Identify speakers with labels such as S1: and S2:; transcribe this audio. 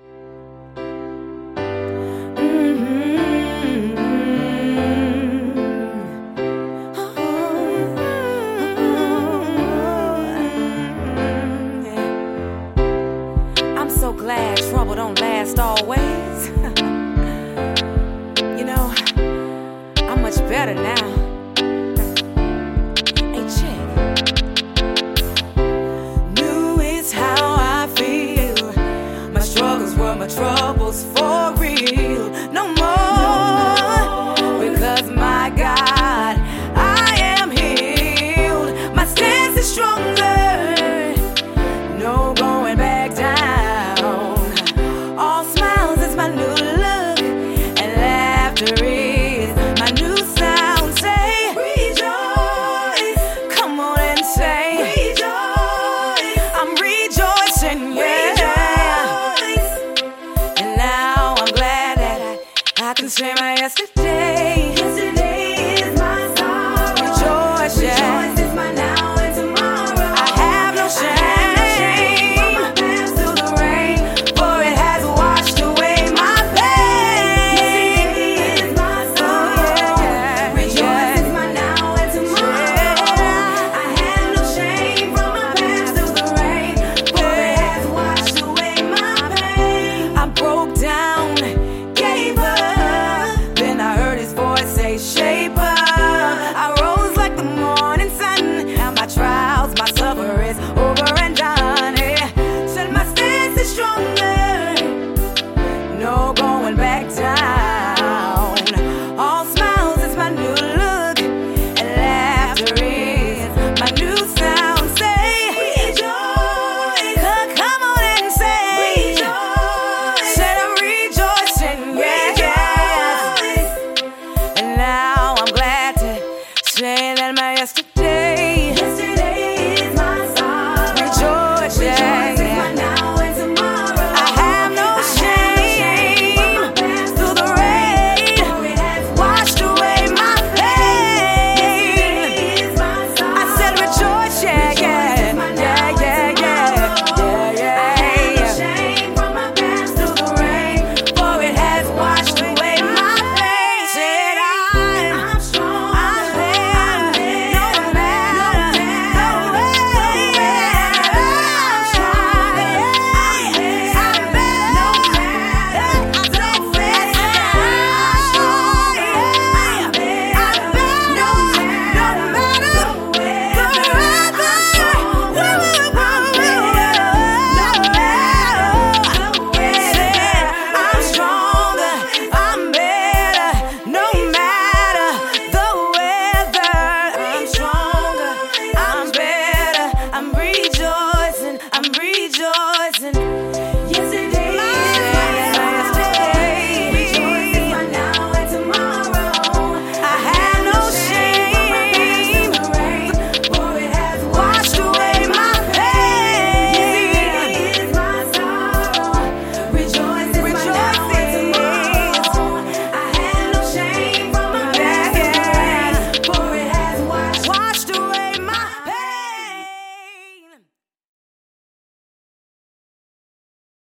S1: Mm-hmm. past always. you know, I'm much better now. Hey, check. New is how I feel. My struggles were my troubles for real. No more, because my God, I am healed. My stance is stronger. No going back down. All smiles is my new look, and laughter is my new sound. Say, rejoice. Come on and say, rejoice. I'm rejoicing, yeah. And now I'm glad that I, I can say my yesterday. Oh,